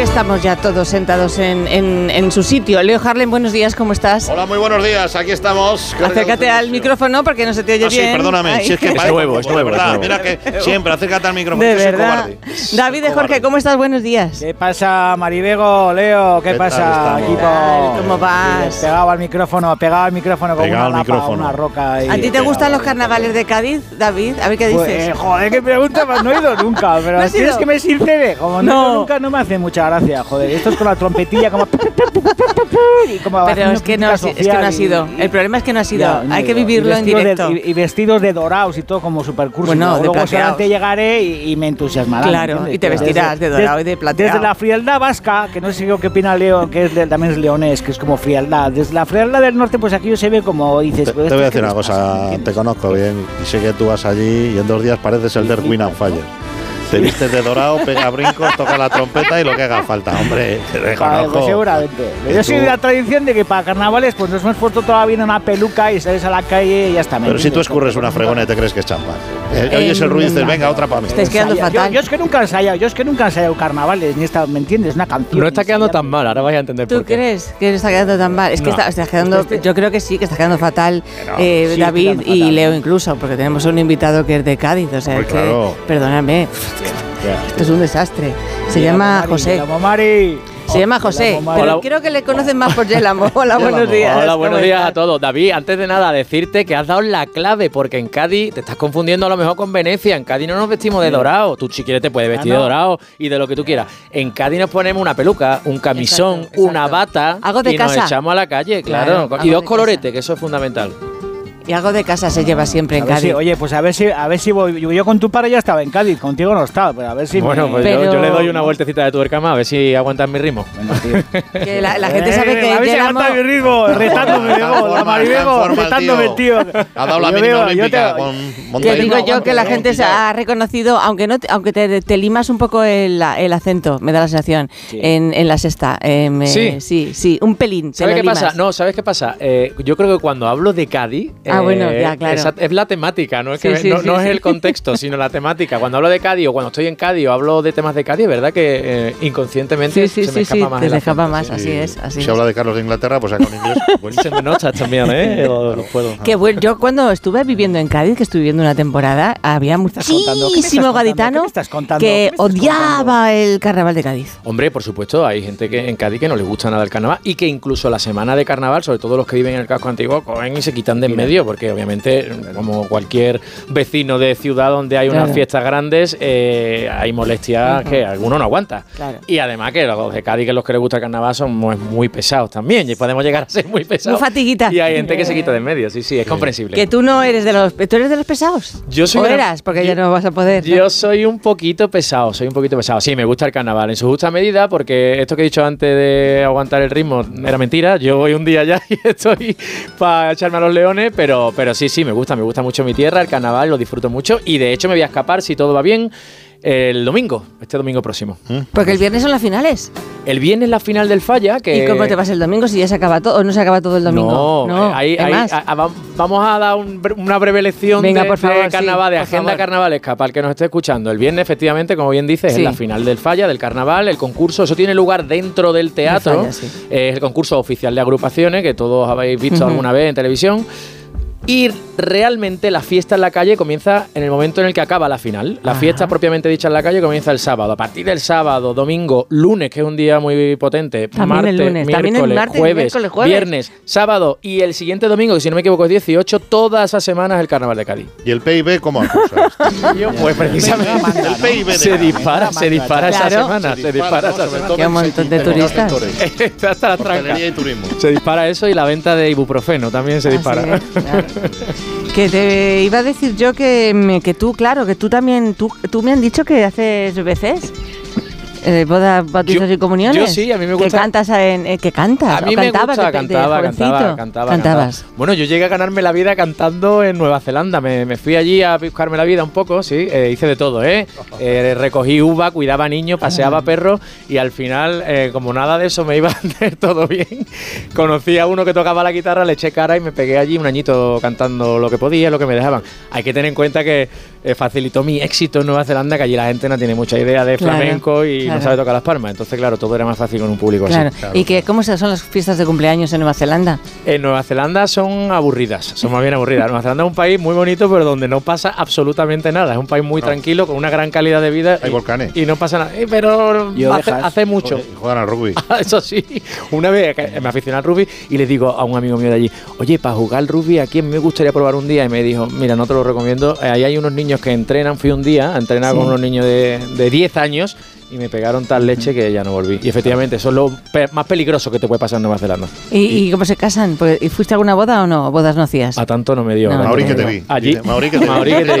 Estamos ya todos sentados en, en- en su sitio. Leo Harlem, buenos días, ¿cómo estás? Hola, muy buenos días, aquí estamos. Acércate al micrófono porque no se te oye Ah, sí, bien. perdóname, Ay. si es que Es parece- nuevo, es de nuevo, es verdad, nuevo. Mira que siempre acércate al micrófono, De que soy verdad. cobarde. David de Soy Jorge, cobarde. ¿cómo estás? Buenos días. ¿Qué pasa, Maribego, Leo? ¿Qué, ¿Qué pasa, tal estamos? equipo? ¿Qué tal? ¿Cómo vas? Pegado al micrófono, pegado al micrófono como Pegado una al lapa, micrófono. una roca. ahí. ¿A ti te Pegado gustan al los micrófono. carnavales de Cádiz, David? A ver qué Pues, dices. eh, joder, qué pregunta más, no he ido nunca, pero ¿No has así es ido? que me sirve. Como no, he ido No. nunca no me hace mucha gracia, joder. Esto es con la trompetilla como... y como Pero haciendo es que, no, crítica es que social no ha y- sido. El problema es que no ha sido. Ya, no Hay he que ido. Y vivirlo en vestidos de- directo. y, y vestidos de dorados y todo como supercurso. Bueno, de Luego plateados. seguramente llegaré y, y me entusiasmará. Claro, ¿entiendes? y te Pero vestirás de dorado y de plateado. Desde la frialdad vasca, que no sé qué opina Leo, que es de- también es leonés, que es como frialdad. Desde la frialdad del norte, pues aquí se ve como dices... Te, pues "Pero te voy a estos qué decir una les pasa", cosa, ¿entiendes? te conozco bien y sé que tú vas allí y en dos días pareces el de Queen and Fire. Te vistes de dorado, pega brincos, toca la trompeta y lo que haga falta, hombre, te Vale, reconozco. pues seguramente. Que Yo soy tú- de la tradición de que para carnavales pues nos hemos puesto todavía en una peluca y sales a la calle y ya está. ¿me Pero si tú entiendes? escurres una fregona y te crees que es champa. Eh, Eh, oyes el ruido y dices, venga. venga, otra para mí. Estáis quedando Ensaya- yo- fatal. Yo, es que nunca he ensayado, yo es que nunca he ensayado carnavales, ni esta, ¿me entiendes? Una canción. No está quedando ensayar, tan mal, ahora vais a entender ¿Tú por qué. crees que está quedando tan mal? Es que No. está, está quedando, yo creo que sí, que está quedando fatal eh, Sí, está David quedando y fatal. Leo incluso, porque tenemos un invitado que es de Cádiz, o sea, Hombre, es claro. que, perdóname, esto es un desastre. Se llama Mari, José. me llamo Mari. Se llama José, Hola, pero Hola. creo que le conocen más por Yelamo. Hola, buenos Yelamo. días. Hola, ¿cómo buenos días estás? a todos. David, antes de nada, decirte que has dado la clave, porque en Cádiz te estás confundiendo a lo mejor con Venecia. En Cádiz no nos vestimos de dorado. Tú, si quieres, te puedes vestir Ah, de no. dorado y de lo que tú quieras. En Cádiz nos ponemos una peluca, un camisón, Exacto, exacto. una bata Algo de y casa. nos echamos a la calle, Claro, claro. algo y dos de coloretes, casa. que eso es fundamental. Y algo de casa se lleva siempre en A ver si- Cádiz. oye, pues a ver si, a ver si voy. Yo, yo con tu padre ya estaba en Cádiz, contigo no estaba, pero a ver si. bueno, me- pues Pero- yo, yo le doy una vueltecita de tuerca más, a ver si aguantas mi ritmo. Venga, tío. Que la, la gente sabe Eh, a que ver si Yelamo... aguanta mi ritmo, retándome, Está en Bego, la forma, está Maribego, en forma el retándome, tío. Ha dado la Yo mínima veo- yo te- olímpica con Que Montaña. digo yo que la Eh, gente se ha reconocido, aunque no, te- aunque te, te limas un poco el, el acento, me da la sensación, en, en la sexta. eh, me- Sí. sí, sí, un pelín. te ¿Sabes lo qué pasa? limas. No, ¿sabes qué pasa? Eh, yo creo que cuando hablo de Cádiz. Ah, eh, bueno, ya, claro. esa- Es, la temática, no es, Sí, que- sí, no, sí, no sí. es el contexto, sino la temática. Cuando hablo de Cádiz o cuando estoy en Cádiz o hablo de temas de Cádiz, ¿verdad? Que eh, Sí, inconscientemente sí, se me sí, escapa sí, más. te el se escapa acento, más, sí. así es, así Si es. habla de Carlos de Inglaterra, pues saca un inglés. Se me nota también, ¿eh? Lo, lo puedo. Que bueno, yo cuando estuve viviendo en Cádiz, que estuve viviendo una temporada, había estás contando? ¿Qué me estás muchísimo contando? ¿Qué gaditano me estás contando? que ¿Qué me estás odiaba el carnaval de Cádiz. Hombre, por supuesto, hay gente que en Cádiz que no les gusta nada el carnaval y que incluso la semana de carnaval, sobre todo los que viven en el casco antiguo, cogen y se quitan de en medio, porque obviamente, como cualquier vecino de ciudad donde hay unas Claro. fiestas grandes, eh, hay molestias que alguno no aguanta. Claro. Y además que los de Cádiz, que los que les gusta el carnaval, son muy, muy pesados también, y podemos llegar a ser muy pesados. Muy fatiguita. Y hay gente que se quita de en medio, sí, sí, es comprensible. Que tú no eres de los, tú eres de los pesados. Yo soy ¿O de los- eras, porque ya yo- no vas a poder. ¿no? Yo soy un poquito pesado, soy un poquito pesado. Sí, me gusta el carnaval en su justa medida, porque esto que he dicho antes de aguantar el ritmo era mentira. Yo voy un día ya y estoy para echarme a los leones, pero, pero sí, sí, me gusta, me gusta mucho mi tierra, el carnaval, lo disfruto mucho y de hecho me voy a escapar, si todo va bien, el domingo, este domingo próximo. Porque el viernes son las finales. El viernes la final del falla, que... ¿Y cómo te vas el domingo si ya se acaba todo? ¿O no se acaba todo el domingo? No, eh, ahí- ¿qué ahí- más? a- a- vamos a dar un bre- una breve lección Venga, de, por favor, de carnaval, sí, de por agenda favor. carnavalesca, para el que nos esté escuchando. El viernes, efectivamente, como bien dices, Sí. es la final del falla, del carnaval, el concurso. Eso tiene lugar dentro del teatro. Falla, sí. Es el concurso oficial de agrupaciones que todos habéis visto Ujú. alguna vez en televisión. Y realmente la fiesta en la calle comienza en el momento en el que acaba la final. La Ajá. fiesta propiamente dicha en la calle comienza el sábado. A partir del sábado, domingo, lunes, que es un día muy potente, También martes, el lunes, miércoles, también el martes, jueves, miércoles, jueves. viernes, sábado y el siguiente domingo, que si no me equivoco es 18, todas esas semanas el Carnaval de Cádiz. ¿Y el PIB cómo acusa esto? pues precisamente El PIB de se Cádiz. dispara, se dispara esa Claro. semana, se dispara esa semana. Qué montón de turistas. Está hasta las trancas. Hostelería y turismo. Se dispara eso y la venta de ibuprofeno también se Ah, dispara. sí, claro. Que te iba a decir yo que, me- que tú, claro, que tú también, tú, tú me han dicho que haces veces. Eh, bodas, bautizos Yo- y comuniones. yo sí, a mí me Que gusta- cantas, en, eh, que cantas. A mí o me cantabas de- gusta, de cantaba, jovencito. cantaba, cantaba, Cantabas. cantaba. Bueno, yo llegué a ganarme la vida cantando en Nueva Zelanda. Me, me fui allí a buscarme la vida un poco, sí. eh, hice de todo, ¿eh? Eh, Recogí uva, cuidaba niños, Ah. paseaba perros y al final, eh, como nada de eso me iba a hacer todo bien, conocí a uno que tocaba la guitarra, le eché cara y me pegué allí un añito cantando lo que podía, lo que me dejaban. Hay que tener en cuenta que eh, facilitó mi éxito en Nueva Zelanda, que allí la gente no tiene mucha idea de Claro, flamenco y claro. no sabe tocar las palmas. Entonces, claro, todo era más fácil con un público Claro. así. ¿Y que, cómo se- son las fiestas de cumpleaños en Nueva Zelanda? En Nueva Zelanda son aburridas, son más bien aburridas. Nueva Zelanda es un país muy bonito, pero donde no pasa absolutamente nada. Es un país muy tranquilo, con una gran calidad de vida. Hay y, volcanes. Y no pasa nada. Eh, pero Y hace, ovejas. hace mucho. Y Juegan al rugby. Eso sí, una vez que me aficioné al rugby y les digo a un amigo mío de allí, oye, para jugar al rugby, ¿a quién me gustaría probar un día? Y me dijo, mira, no te lo recomiendo, eh, ahí hay unos niños que entrenan, fui un día a entrenar con unos niños de, de 10 años y me pegaron tal leche que ya no volví. Y efectivamente, eso es lo pe- más peligroso que te puede pasar en Nueva Zelanda. ¿Y, y cómo se casan? Porque- ¿y ¿Fuiste a alguna boda o no? ¿Bodas no hacías? A tanto no me dio. No, a tanto Mauri, no que me te dio. vi. Allí. Dice, Mauri, que te vi.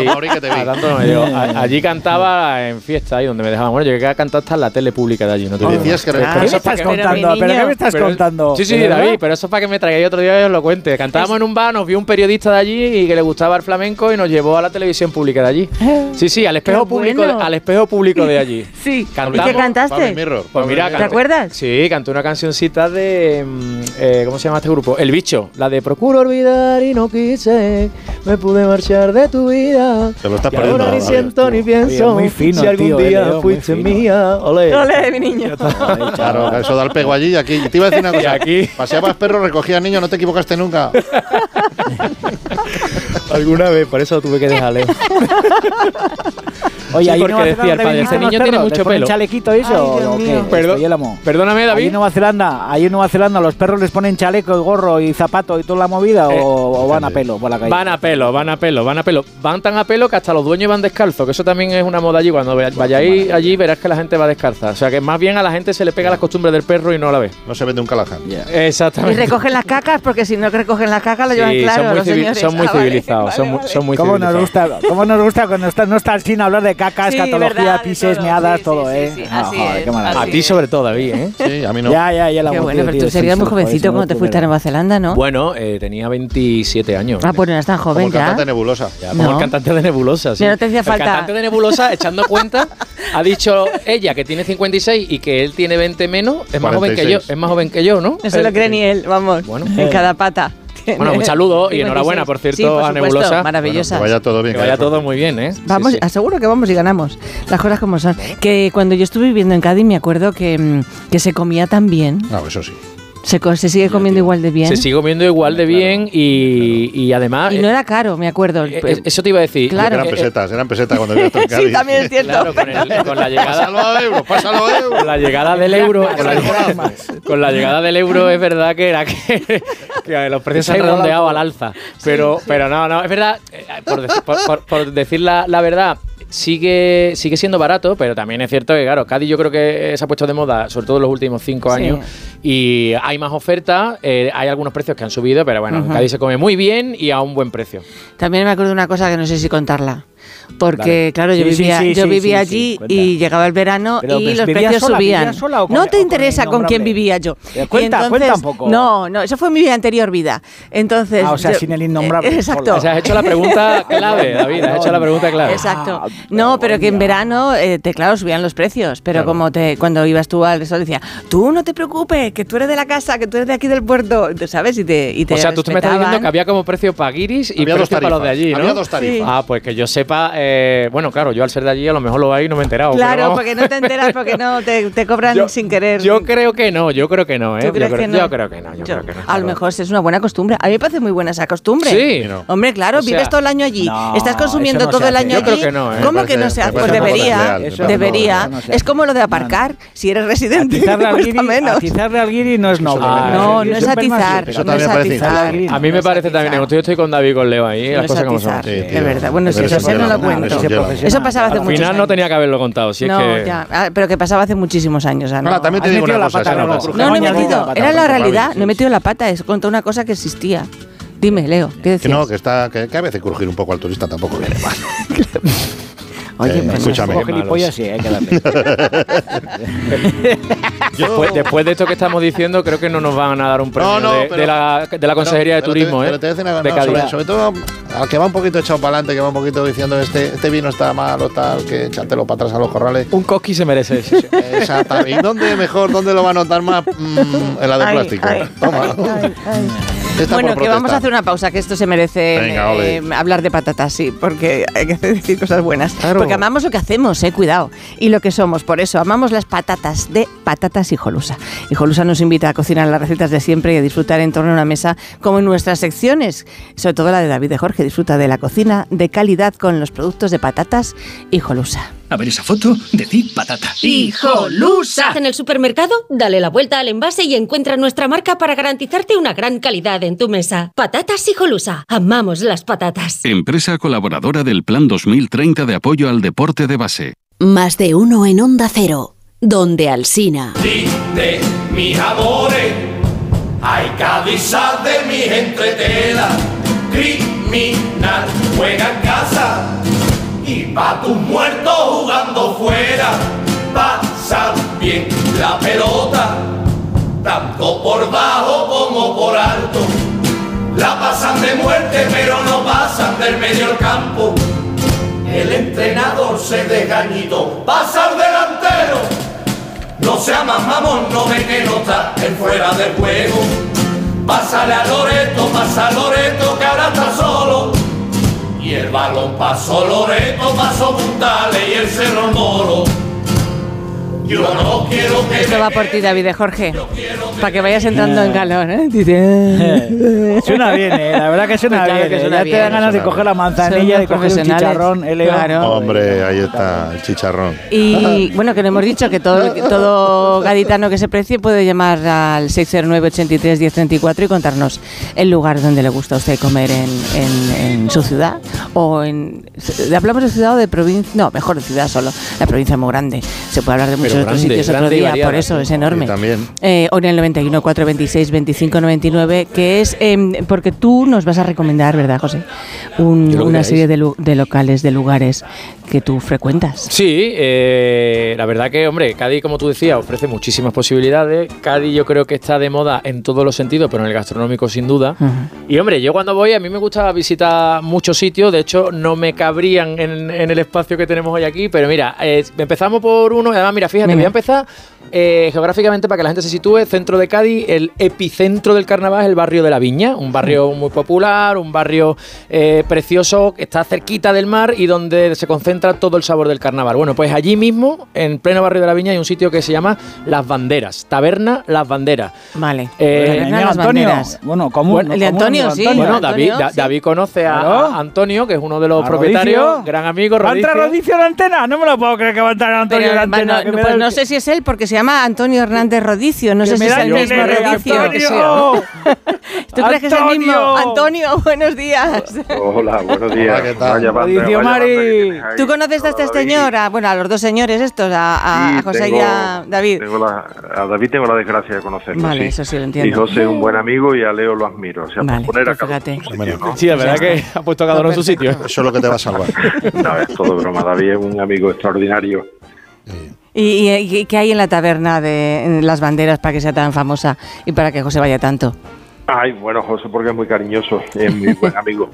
vi. Mauri, que te vi. A tanto no me dio. A- Allí cantaba en fiesta, ahí donde me dejaban. Bueno, yo llegué a cantar hasta en la tele pública de allí. No te Y digo decías más. que Pero- era- pero Ah, ¿Qué eso me es para estás que- contando? mi ¿Pero qué niño. me estás pero- contando? Sí, sí, ¿De David, pues, verdad? pero eso es para que me traigáis otro día y os lo cuente. Cantábamos en un bar, nos vio un periodista de allí y que le gustaba el flamenco y nos llevó a la televisión pública de allí. Sí, sí, al espejo Qué público, bueno. al espejo público de allí. Sí. Cantamos. ¿Y qué Pablo cantaste? Mirror. Pues mira, ¿Te canté- acuerdas? Sí, canté una cancioncita de. mm, eh, ¿Cómo se llama este grupo? El Bicho. La de Procuro olvidar y no quise. Me pude marchar de tu vida. Te lo estás Y ahora perdiendo. ni David. siento ni pienso. Oye, muy fino, si algún tío, eh, día Leo, muy fuiste fino. mía. Ole. Ole, mi niño. Claro, eso da el pego allí y aquí. Y te iba a decir una cosa. aquí. Paseabas perro, recogías niños, no te equivocaste nunca. Alguna vez, por eso tuve que dejarle. Oye, Sí, ahí en porque Nueva decía el Zelanda padre, viste este unos niño tiene perros, mucho ¿les ponen pelo. chalequito eso Ay, Dios o qué? mío. Esto, Perdón- Yelamo. perdóname, Ahí en ¿Eh, David. Nueva Zelanda, ahí en Nueva Zelanda, ¿los perros les ponen chaleco y gorro y zapato y toda la movida Eh, o, o van a pelo por la calle? Van a pelo, van a pelo, van a pelo. Van tan a pelo que hasta los dueños van descalzos, que eso también es una moda allí. Cuando ve- vayáis allí verás que la gente va descalza. O sea que más bien a la gente se le pega las costumbres del perro y no la ve. No se vende un Callahan. Pues Y Exactamente. recogen las cacas, porque si no recogen las cacas, lo llevan Sí, claro. son muy, los civil- señores. son muy Ah, vale, civilizados, vale, son, mu- vale. son muy ¿Cómo nos, civilizados. gusta, ¿Cómo nos gusta cuando está- no está sin hablar de caca, Sí, escatología, verdad, de pises, todo. meadas, Sí, sí, todo, sí, ¿eh? sí, Ah, así joder, es, qué maravilla. A Así ti es. sobre todo, David, ¿eh? Sí, a mí no. Ya, ya, ya la Qué bueno, hemos metido, pero tío, tú serías sí, muy sí, joder, jovencito sí, cuando te tú, fuiste a ¿verdad? Nueva Zelanda, ¿no? Bueno, eh, tenía 27 años. Ah, pues no eras tan Como joven el ya. cantante Nebulosa. Ya, como No. el cantante de Nebulosa. sí. Mira, no te hacía el falta. cantante de Nebulosa, echando cuenta, ha dicho ella que tiene 56 y que él tiene 20 menos, es más joven que yo, 46. es más joven que yo, ¿no? Eh, No se lo cree ni él, vamos. Bueno. eh, en cada pata. Bueno, un saludo y 56. enhorabuena, por cierto, Sí, por a supuesto, Nebulosa. Maravillosa. Que vaya todo bien. Que vaya todo muy bien, ¿eh? Vamos, Sí, sí. aseguro que vamos y ganamos. Las cosas como son. Que cuando yo estuve viviendo en Cádiz me acuerdo que, mm, que se comía tan bien. No, eso sí. Se, co- se sigue comiendo igual de bien. Se sigue comiendo igual de bien y, y además. y no era caro, me acuerdo. eh, eh, eso te iba a decir. Claro. Eran Eh, eh, pesetas, eran pesetas cuando yo estaba en Cádiz. sí, también es cierto. Claro, con, el- con la llegada. Pásalo a euros, pásalo a euros. Con la llegada del euro, con la, Gracias. con la llegada del euro es verdad que era que, que los precios se han redondeado al alza. Pero, pero no, no, es verdad, eh, por, deci- por- por- por decir la, la verdad, sigue, sigue siendo barato, pero también es cierto que, claro, Cádiz yo creo que se ha puesto de moda, sobre todo en los últimos cinco Sí. años, y hay más oferta, eh, hay algunos precios que han subido, pero bueno, en Cádiz se come muy bien y a un buen precio. También me acuerdo de una cosa que no sé si contarla. Porque, Dale. claro, yo Sí, sí, vivía, sí, yo sí, vivía sí, sí, allí cuenta. y llegaba el verano Pero, y pues, los ¿vivías precios sola, subían. vivías sola o con- no o te con interesa con quién innombrable? vivía yo. Pero Y cuenta, entonces- cuenta un poco. No, no, eso fue mi vida anterior vida. Entonces. Ah, o sea, yo- sin el innombrable, Eh, sola. exacto. O sea, has hecho la pregunta clave, David, has hecho la pregunta clave. Exacto. Ah, no, pero pero que en ya. verano, eh, te, claro, subían los precios, pero como te, cuando ibas tú al resort decía, tú no te preocupes, que tú eres de la casa, que tú eres de aquí del puerto, ¿sabes? Y te, y te O sea, tú te me estás diciendo respetaban. que había como precio para guiris y Había dos precio para los de tarifas, allí, ¿no? había dos tarifas. Sí. Ah, pues que yo sepa, eh, bueno, claro, yo al ser de allí a lo mejor lo hay y no me he enterado. Oh, pero Claro, vamos. porque no te enteras, porque no te, te cobran sin querer. Yo creo que no, yo creo que no, ¿eh? ¿Tú Yo crees creo, que no? yo creo que no, yo, Yo- creo que no. A lo mejor es una buena costumbre. A mí me parece muy buena esa costumbre. Sí. Hombre, claro, O sea, vives todo el año allí. no, Estás consumiendo eso no todo se el hace. año Yo allí. creo que no, ¿eh? ¿cómo Me que no parece- se hace? me Pues parece un poco debería. desleal, me eso parece un poco debería. desleal. es como lo de aparcar. Si eres residente, Atizarle te al cuesta guiri- menos. atizarle al guiri no es noble. ¿eh? Ah, No, eso no es es atizar. Eso no también es me parece atizar. injusto. a mí me No es parece también, atizar. yo estoy con David y con Leo ahí, No las es cosas como son. atizar, Sí, de tío. verdad. Bueno, sí, Eres eso ya no lo profesional, cuento. eres profesional. Eso pasaba hace Al muchos final no años. tenía que haberlo contado, si No, es que... ya. Ah, Pero que pasaba hace muchísimos años. ah, ya, Ahora, también te Has digo metido una la cosa. pata, esa no Manolo. pasa. No, no he Mañana metido. tengo la Era pata, la Manolo. realidad. No he metido la pata. Es contra una cosa que existía. Dime, Leo. ¿Qué Que decías? no, que, está, que, que a veces crujir un poco al turista tampoco viene mal. Oye, Eh, pues no. escúchame. Como Qué malos. gilipollas, eh, sí, hay que darle. Después, después de esto que estamos diciendo, creo que no nos van a dar un No, premio no, de, de pero- la, de la Consejería de Pero te- Turismo, ¿eh? pero te voy a decir una de cosa, Cádiz. sobre, sobre todo al que va un poquito echado para adelante, que va un poquito diciendo este, este vino está malo, tal, que échatelo para atrás a los corrales. Un cosqui se merece eso. Exactamente. ¿Y dónde mejor, dónde lo va a notar más? Mm, en la de Ay, plástico. ay, Toma. ay, ay. Esta bueno, por que vamos protestar. a hacer una pausa, que esto se merece Venga, ole. eh, hablar de patatas, sí, porque hay que decir cosas buenas. Claro. Porque amamos lo que hacemos, eh, cuidado, y lo que somos, por eso amamos las patatas de Patatas y Jolusa. Y Jolusa nos invita a cocinar las recetas de siempre y a disfrutar en torno a una mesa, como en nuestras secciones, sobre todo la de David de Jorge, disfruta de la cocina de calidad con los productos de Patatas y Jolusa. A ver esa foto, decid patata. ¡Hijolusa! En el supermercado, dale la vuelta al envase y encuentra nuestra marca para garantizarte una gran calidad en tu mesa. Patatas Hijolusa. Amamos las patatas. Empresa colaboradora del Plan 2030 de apoyo al deporte de base. Más de uno en Onda Cero, donde Alsina. Triste, mis amores, hay que avisar de mis entretelas. Criminal, juega en casa y pa' tus muertos jugando fuera. Pasan bien la pelota, tanto por bajo como por alto. La pasan de muerte, pero no pasan del medio al campo. El entrenador se desgañito, pasa al delantero. No sea más mamón, no ve que no está en fuera de juego. Pásale a Loreto, pasa a Loreto, que ahora está solo. Y el balón pasó Loreto, pasó Puntales y el Cerro Moro. Yo no quiero que Esto va por ti, David de Jorge, para que vayas entrando en calor, ¿eh? Dice- "Ah". Suena bien, eh, la verdad que suena Pues claro bien. que eh, suena ya te bien. dan ganas de Suena coger la Son manzanilla, unos de coger un profesionales, chicharrón, eh, Leo. claro. Hombre, ahí está el chicharrón. Y Ah. bueno, que no hemos dicho que todo, todo gaditano que se precie puede llamar al 609-83-1034 y contarnos el lugar donde le gusta a usted comer en, en- en su ciudad. o en ¿Hablamos de ciudad o de provincia? No, mejor de ciudad solo. La provincia es muy grande. Se puede hablar de muchos otros grande, sitios otro grande y día, variada. por eso es enorme. Y también. Eh, o en el 91 426 25 99, que es em, porque tú nos vas a recomendar, ¿verdad, José? Un- Yo lo que una queráis. serie de, lu- de locales, de lugares que tú frecuentas. Sí, eh, la verdad que, hombre, Cádiz, como tú decías, ofrece muchísimas posibilidades. Cádiz yo creo que está de moda en todos los sentidos, pero en el gastronómico sin duda. Ajá. Y hombre, yo cuando voy a mí me gusta visitar muchos sitios, de hecho no me cabrían en, en el espacio que tenemos hoy aquí, pero mira, eh, empezamos por uno, y además mira, fíjate, Venga. voy a empezar eh, geográficamente para que la gente se sitúe, centro de Cádiz, el epicentro del carnaval es el barrio de la Viña, un barrio muy popular, un barrio eh, precioso que está cerquita del mar y donde se concentra todo el sabor del carnaval. Bueno, pues allí mismo, en pleno barrio de la Viña, hay un sitio que se llama Las Banderas, Taberna Las Banderas. Vale. Eh, Taberna Eh, Las Antonio. Banderas. Bueno, común. Bueno, ¿no? el de Común, Antonio, sí. Bueno, David, Antonio, Da- sí. David conoce a, Claro. a Antonio, que es uno de los ¿A propietarios, Rodicio? gran amigo. ¿Va a entrar Rodicio. Rodicio en la antena? No me lo puedo creer que va a entrar Antonio en Pero, la bueno, antena. que me da pues el- no sé si es él, porque se llama Antonio Hernández Rodicio. No que sé si me es da el el mismo nene, Rodicio. Antonio. ¿Tú crees que es el mismo? Antonio. Antonio, buenos días. Hola, buenos días. Hola, ¿qué tal? Vaya banda, Mauricio vaya banda que Mari. tenéis ahí. ¿Tú conoces a esta Hola, David. señora? Bueno, a los dos señores estos, a, a- Sí, a José tengo- y a David. tengo la- a David tengo la desgracia de conocerlo. Vale, sí. eso sí lo entiendo. Y José es un buen amigo y a Leo lo admiro. O sea, Vale, por poner a pues cada fíjate. uno en su sitio, ¿no? Sí, la verdad que ha puesto cada uno en su sitio. ¿eh? Eso es lo que te va a salvar. No, es todo broma. David es un amigo extraordinario. ¿Y, y- y qué hay en la taberna de en las banderas para que sea tan famosa y para que José vaya tanto? Ay, bueno, José, porque es muy cariñoso, es muy buen amigo.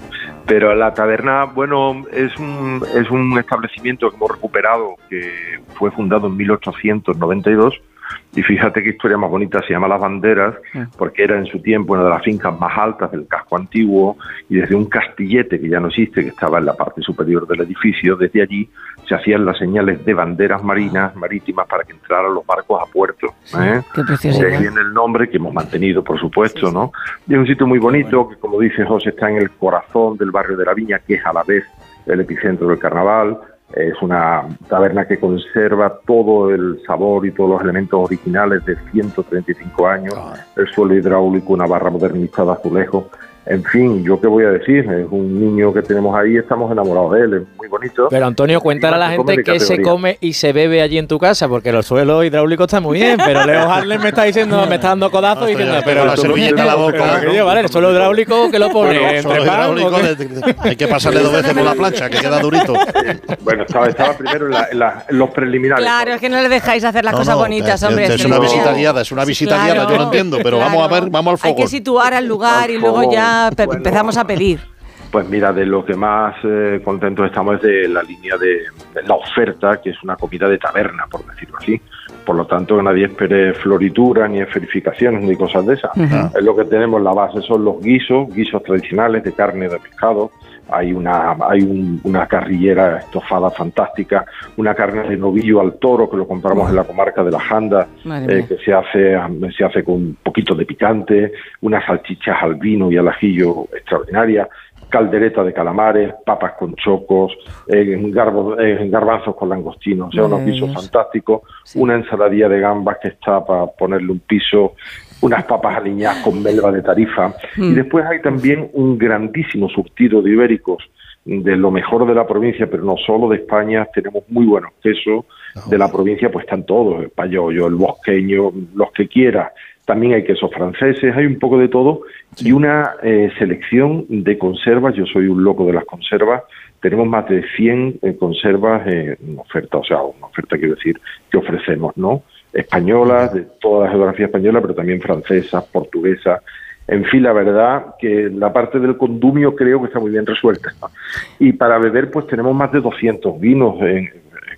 Pero la taberna, bueno, es un, es un establecimiento que hemos recuperado, que fue fundado en 1892. Y fíjate qué historia más bonita, se llama Las Banderas, porque era en su tiempo una de las fincas más altas del casco antiguo, y desde un castillete que ya no existe, que estaba en la parte superior del edificio, desde allí se hacían las señales de banderas marinas, marítimas, para que entraran los barcos a puerto. ¿eh? Qué De ahí preciosidad. viene el nombre que hemos mantenido, por supuesto, ¿no? Y es un sitio muy bonito que, como dice José, está en el corazón del barrio de la Viña, que es a la vez el epicentro del carnaval. Es una taberna que conserva todo el sabor y todos los elementos originales de 135 años, Ah. el suelo hidráulico, una barra modernista de azulejo. En fin, yo qué voy a decir, es un niño que tenemos ahí, estamos enamorados de él, es muy bonito. Pero Antonio, cuéntale a la Se come gente de qué se categoría. come y se bebe allí en tu casa, porque los suelos hidráulicos están muy bien, pero Leo Harlem me está diciendo, me está dando codazos No, estoy diciendo, ya, pero, pero la tú- servilleta a la boca, pero ¿no? aquello, vale, el suelo hidráulico que lo pone Solo entre pan, hidráulico, porque- de- hay que pasarle dos veces por la plancha, que queda durito. Bueno, estaba, estaba primero en, la- en la- en los preliminares. Claro, es que no le dejáis hacer las No, cosas no, bonitas, es- hombre. es este una tío. visita guiada, es una visita guiada, yo lo entiendo, pero vamos a ver, vamos al Hay que fogón. situar al lugar y luego ya pe- empezamos a pedir. Pues mira, de lo que más eh, contentos estamos es de la línea de, de la oferta, que es una comida de taberna, por decirlo así. Por lo tanto, que nadie espere floritura, ni esferificaciones, ni cosas de esas. Ujú. Es lo que tenemos, la base son los guisos, guisos tradicionales de carne de pescado. Hay una, hay un- una carrillera estofada fantástica, una carne de novillo al toro que lo compramos en la comarca de la Janda, Madre eh, mía. que se hace, se hace con un poquito de picante, unas salchichas al vino y al ajillo extraordinarias, caldereta de calamares, papas con chocos, eh, garbo- eh, garbanzos con langostinos, o sea, Madre unos de guisos Dios. fantásticos, una ensaladilla de gambas que está para ponerle un piso, unas papas aliñadas con melva de tarifa, y Mm. después hay también un grandísimo surtido de ibéricos de lo mejor de la provincia, pero no solo de España, tenemos muy buenos quesos de la provincia, pues están todos, el payollo, el bosqueño, los que quieras. También hay quesos franceses, hay un poco de todo y una eh, selección de conservas, yo soy un loco de las conservas, tenemos más de 100 eh, conservas eh, en oferta, o sea, una oferta quiero decir que ofrecemos, ¿no? Españolas, de toda la geografía española, pero también francesas, portuguesas, en fin, la verdad que la parte del condumio creo que está muy bien resuelta. Y para beber, pues tenemos más de 200 vinos en-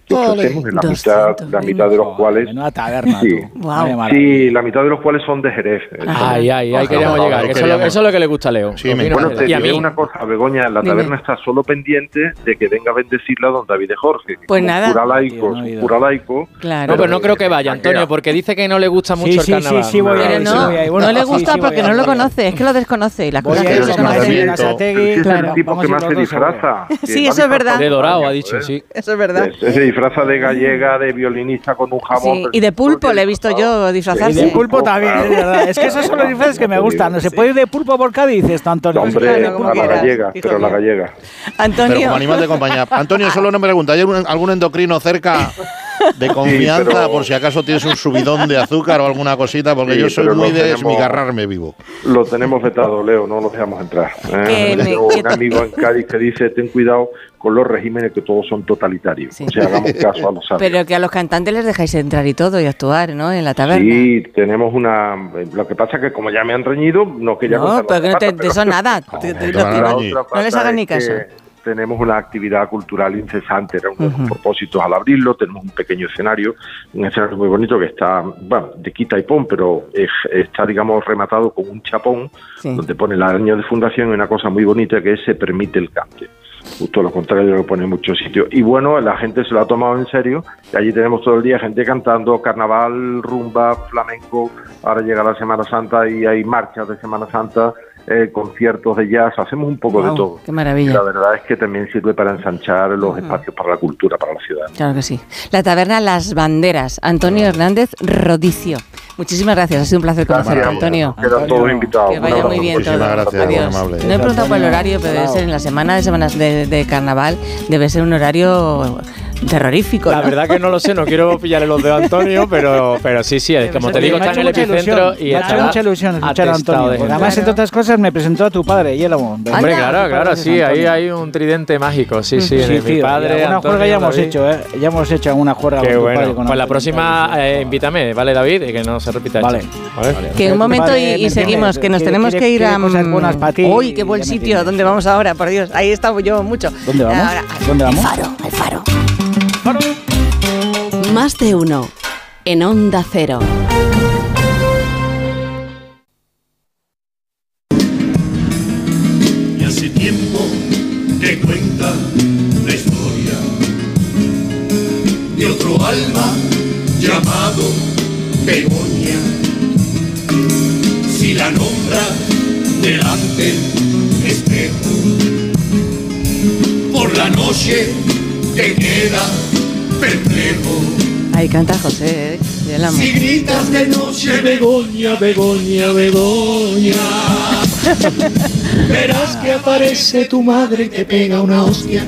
que Ole, ofrecemos, en la mitad, la mitad de los cuales. taberna, sí. tú. Guau. Vaya Sí, la mitad de los cuales son de Jerez. eh, Ay, ay, ay, queríamos Ojalá, llegar. que eso, es lo, queríamos. eso es lo que le gusta a Leo. Los vinos de bueno, te Jerez. y a diré mí. una cosa, Begoña, la Dime. taberna está solo pendiente de que venga a bendecirla don David de Jorge. que Pues es un nada. Cura laico, es un cura laico. No, pero no creo que vaya, Antonio, porque dice que no le gusta mucho el carnaval. Pero no, no le gusta porque no lo conoce, es que lo desconoce. Y las cosas que desconoce. Es el Claro. tipo que más se disfraza. Sí, eso es verdad. De dorado, ha dicho, sí. Eso es verdad. pues, Se- Se disfraza de gallega, de violinista con un jamón. Sí, pero Y de pulpo le he visto yo Y disfrazarse. de pulpo también, es verdad. Es que esos son los disfraces que me gustan. No se puede ir de pulpo por Cádiz, esto, Antonio. Pues Hombre, a la gallega, pero la gallega. Antonio. Pero como animal de compañía. Antonio, solo una pregunta. ¿Hay algún- algún endocrino cerca de confianza pero- por si acaso tienes un subidón de azúcar o alguna cosita? Porque Sí, yo soy pero muy lo de tenemos- esmigarrarme vivo. Lo tenemos vetado, Leo, no lo dejamos entrar. ¿eh? Que me- Tengo que un to- amigo en Cádiz que dice, ten cuidado con los regímenes que todos son totalitarios. O sea, hagamos caso a los sabios. Pero que a los cantantes les dejáis entrar y todo y actuar, ¿no? En la taberna. Sí, tenemos una... eh, Lo que pasa es que como ya me han reñido, no quería No, contar pero que no otra te, pata, de eso nada. Te- te- lo que- La no, otra no les pata hagan ni es que caso. Tenemos una actividad cultural incesante, era uno de los propósitos al abrirlo. Tenemos un pequeño escenario, un escenario muy bonito que está, bueno, de quita y pon, pero es- está, digamos, rematado con un chapón donde pone el año de fundación y una cosa muy bonita que es se permite el cante. Justo lo contrario de lo que pone en muchos sitios. Y bueno, la gente se lo ha tomado en serio. Y allí tenemos todo el día gente cantando carnaval, rumba, flamenco. Ahora llega la Semana Santa y hay marchas de Semana Santa, eh, conciertos de jazz. Hacemos un poco Guau, de todo. qué maravilla. La verdad es que también sirve para ensanchar los espacios para la cultura, para la ciudad. Claro que sí. La taberna Las Banderas. Antonio Hernández Rodicio. Muchísimas gracias. Ha sido un placer conocerlo, Gracias. Antonio. Quedan todos invitados. Ah, Que vaya muy bien todo. Muchísimas gracias, muy Adiós. amable. No he preguntado por el horario, pero debe ser en la semana de semanas de, de carnaval debe ser un horario terrorífico. La ¿no? verdad que no lo sé, no quiero pillarle los dedos a Antonio, pero, pero sí, sí, es como te digo, Me ha está en hecho el mucha epicentro ilusión, y me ha hecho está mucha ilusión escuchar a atestado Antonio. de porque gente. Además, entre otras cosas, me presentó a tu padre, Yelamo. Hombre, claro, claro, sí, ahí hay un tridente mágico, Mm, sí, sí, de mi padre. Una Antonio, juerga ya hemos David. hecho, ¿eh? Ya hemos hecho alguna juerga Qué con tu bueno. padre. con Pues la Antonio. próxima eh, invítame, ¿vale, David? Y que no se repita Vale. esto. Vale. Que un momento y- Vale, y, me seguimos, entiendes, que nos quiere- tenemos quiere- que ir quiere a... mm, cosas buenas pa' ti Uy, y qué buen ya me sitio, entiendes. ¿dónde vamos ahora? Por Dios, ahí estaba yo mucho. ¿Dónde vamos? Ahora, ¿Dónde vamos? Más de uno. En Onda Cero. Y hace tiempo que cuenta la historia de otro alma llamado Begoña. Si la nombra delante del espejo, por la noche te queda perplejo. Ahí canta José, ¿eh? Yo la amo. Si gritas de noche, Begoña, Begoña, Begoña. Verás que aparece tu madre y te pega una hostia.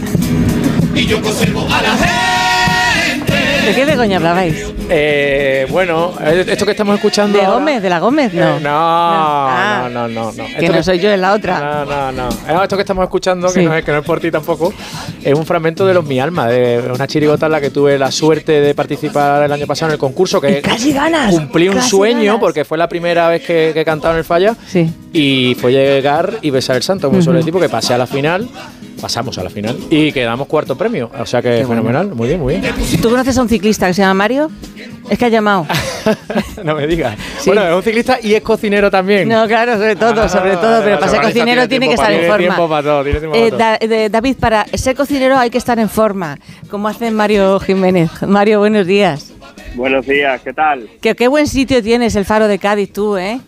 Y yo conservo a la gente ¿De qué Begoña hablabais? Eh, bueno, eh, esto que estamos escuchando. ¿De ahora- Gómez? ¿De la Gómez? Eh, no, No. Ah. no, no, no, no. Que Esto no soy yo, es la otra. No, no, no. Eh, Esto que estamos escuchando, que, Sí. no es, que no es por ti tampoco, es un fragmento de Los Mi Alma, de una chirigota en la que tuve la suerte de participar el año pasado en el concurso. Que casi ganas, Cumplí un casi sueño, ganas. porque fue la primera vez que, que he cantado en el Falla. Sí. Y fue llegar y besar el santo, como Ujú. suele decir, porque pasé a la final. Pasamos a la final y quedamos cuarto premio. O sea que fenomenal, muy bien, muy bien. ¿Tú conoces a un ciclista que se llama Mario? Es que ha llamado. No me digas. Bueno, es un ciclista y es cocinero también. No, claro, sobre todo, Ah, sobre todo. Pero vale, para ser vale, cocinero tiene tiene que tiempo estar para- en tiene forma. tiempo para todo, tiene tiempo Eh, para Da- de- David, para ser cocinero hay que estar en forma, como hace Mario Jiménez. Mario, buenos días. Buenos días, ¿qué tal? Que qué buen sitio tienes el faro de Cádiz tú, ¿eh?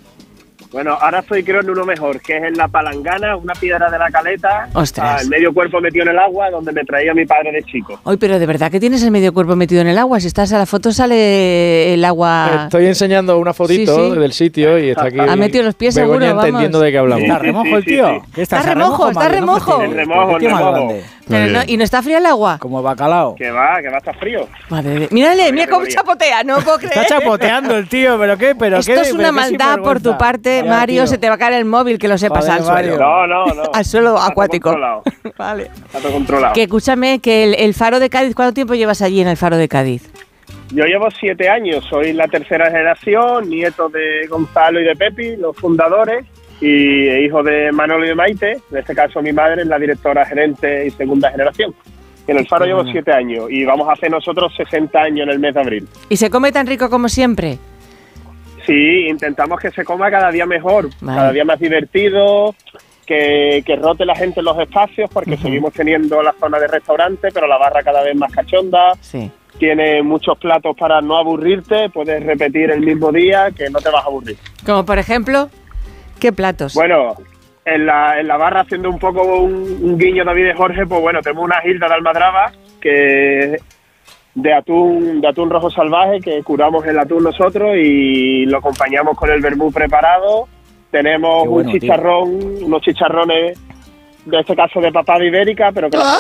Bueno, ahora estoy creo en uno mejor, que es en la Palangana, una piedra de la caleta, Ostras. al medio cuerpo metido en el agua, donde me traía mi padre de chico. Hoy, pero de verdad que tienes el medio cuerpo metido en el agua. Si estás a la foto sale el agua. Estoy enseñando una fotito Sí, sí. del sitio y está aquí. Ha metido los pies Begoña seguro, vamos. entendiendo de qué hablamos. Está remojo el tío. ¿Qué Está remojo, está Mario? No remojo. fastidies. El remojo, ¿Qué el más remojo. grande? Pero no- ¿Y no está fría el agua? Como bacalao. Que va, que va, está frío. Madre de- Mírale, mira cómo chapotea, no puedo creer. Está chapoteando el tío, pero qué, pero Esto qué. es una pero qué maldad por tu sinvergüenza. parte, Ya, Mario. tío. Se te va a caer el móvil, que lo sepas Joder, al suelo. Mario. No, no, no. Al suelo acuático. vale. Está todo controlado. Que escúchame, que el, el faro de Cádiz, ¿cuánto tiempo llevas allí en el faro de Cádiz? Yo llevo siete años, soy la tercera generación, nieto de Gonzalo y de Pepi, los fundadores, y e hijo de Manolo y de Maite. En este caso, mi madre es la directora gerente y segunda generación. En el Faro llevo bueno. siete años y vamos a hacer nosotros 60 años en el mes de abril. ¿Y se come tan rico como siempre? Sí, intentamos que se coma cada día mejor, Vale. cada día más divertido, que, que rote la gente en los espacios, porque seguimos teniendo la zona de restaurante, pero la barra cada vez más cachonda. Sí. Tiene muchos platos para no aburrirte, puedes repetir el mismo día, que no te vas a aburrir. Como por ejemplo, ¿qué platos? Bueno, en la, en la barra haciendo un poco un, un guiño David y Jorge, pues bueno, tenemos una gilda de almadraba que de atún, de atún rojo salvaje, que curamos el atún nosotros y lo acompañamos con el vermú preparado. Tenemos Qué bueno, un chicharrón, unos chicharrones, de este caso de papada ibérica, pero que Ah.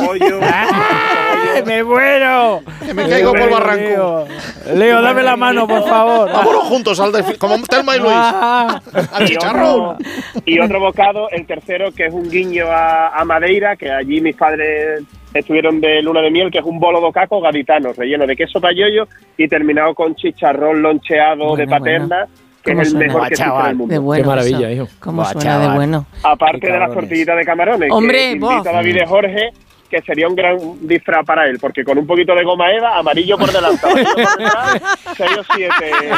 ¡Ay, ¡Me muero! me caigo por el barranco. Leo, Leo, dame la mano, por favor. Vámonos juntos, al defi- como Telma y Luis. Ah, Al y chicharro. otro, y otro bocado, el tercero, que es un guiño a, a Madeira, que allí mis padres estuvieron de luna de miel, que es un bolo bocaco gaditano, relleno de queso payoyo y terminado con chicharrón loncheado Bueno, de bueno. paterna, que ¿Cómo es el suena? mejor Buah, que existe en chaval, el de mundo. bueno Qué maravilla, eso. hijo. ¿Cómo Buah, suena de chaval. bueno? Aparte Qué de las cabrones. tortillitas de camarones, Hombre, que invito buah. a David y Jorge, que sería un gran disfraz para él, porque con un poquito de goma eva, amarillo por delante, amarillo por detrás, seis o siete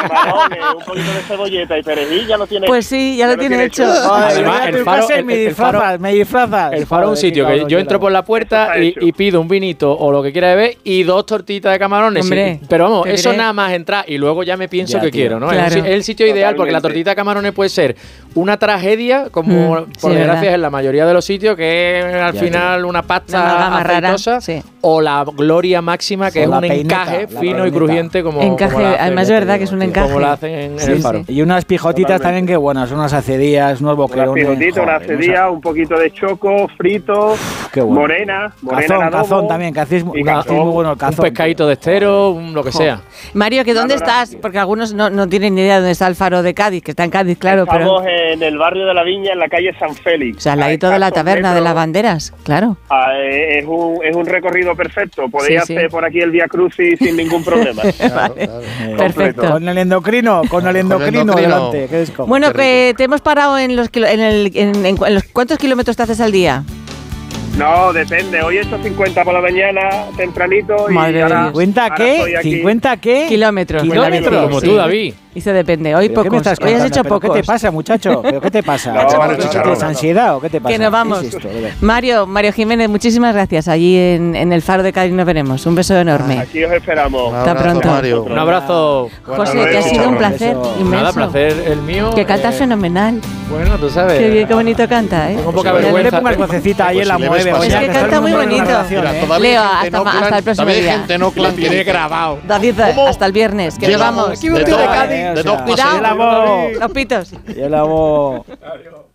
camarones, un poquito de cebolleta y perejil, ya lo tiene Pues sí, ya lo tiene hecho. Joder, Además, voy a el tu faro- casa y el- me el faro- disfrazas, me disfrazas. El faro es un Joder, qué sitio que cabrón, yo qué entro por la puerta Eso y, está hecho. y pido un vinito o lo que quiera beber y dos tortitas de camarones. Hombre, Sí, Pero vamos, te eso diré. nada más entrar y luego ya me pienso Ya, que tío. quiero, ¿no? Claro. Es, un si- es el sitio ideal porque la Totalmente. tortita de camarones puede ser una tragedia, Mm, como sí, por verdad. desgracia es en la mayoría de los sitios, que es al Ya, final una Una pasta amalgama rara, aceitosa sí. o la gloria máxima que O es la un peineta, encaje la fino y peineta. crujiente como Encaje, como la hacen, además es ya te verdad que digo, es un tío, encaje. Como la hacen en, en Sí, el faro. sí. Y unas pijotitas Totalmente. también que buenas, unas acedías, unos Unas boquerones. pijotitas, una joder, unas- cedilla, un poquito de choco, frito, Qué bueno. morena, morena en Cazón, adobo. cazón también, que hacéis Y una- cazón. hacéis muy bueno el Un cazón. pescadito de estero, un lo que sea. Mario, ¿que dónde No, no, no. estás? Porque algunos no, no tienen ni idea de dónde está el faro de Cádiz, que está en Cádiz, claro, pero... Estamos en el barrio de la Viña, en la calle San Félix. O sea, al A ladito de la escasos taberna de metros. las banderas, claro. Ah, eh, es, un, es un recorrido perfecto. Podéis Sí, sí. hacer por aquí el Via Crucis sin ningún problema. Perfecto. Con el endocrino, con el endocrino endocrino. delante. qué disco. Bueno, Qué que te hemos parado en los... kilo- En el, en- en- en los ¿Cuántos kilómetros te haces al día? No, depende. Hoy he hecho 50 por la mañana, tempranito. Madre y ahora, de Dios. ¿50 ahora estoy qué? aquí. ¿50 qué? Kilómetros. Kilómetros, en la bici, como tú, David. Y se depende. Hoy ¿Pero qué me pocos. estás Hoy has contando? hecho ¿Pero pocos. ¿Qué te pasa, muchacho? ¿Pero qué te pasa? No, Chaval, ¿Tienes chicharrón. ansiedad o qué te pasa? Que nos vamos. ¿Qué es esto? De verdad. Mario, Mario Jiménez, muchísimas gracias. Allí en, en el Faro de Cádiz nos veremos. Un beso Ah, enorme. Aquí os esperamos. Un abrazo, pronto. Mario. Un abrazo. José, Bueno, que ha sido un chicharrón. placer Beso. inmenso. Nada, placer el mío. Que cantas eh, fenomenal. Bueno, tú sabes. Qué bien, qué bonito canta, ¿eh? Tengo poca Ya le- No le vergüenza. pongas vocecita ahí Pues si en la le ves mueve. pasar. oye, Es que estamos canta en muy una bonito. relación, Mira, ¿eh? todavía hay Leo, gente hasta no ma- clan- hasta el próximo todavía hay día. gente no clan- Tiene grabado. David, ¿Cómo? hasta el viernes. Que nos Llega- vamos. de tío de todo- Cádiz. de todo Cuidado. paseo. Yo la voz. Los pitos. Yo la voz.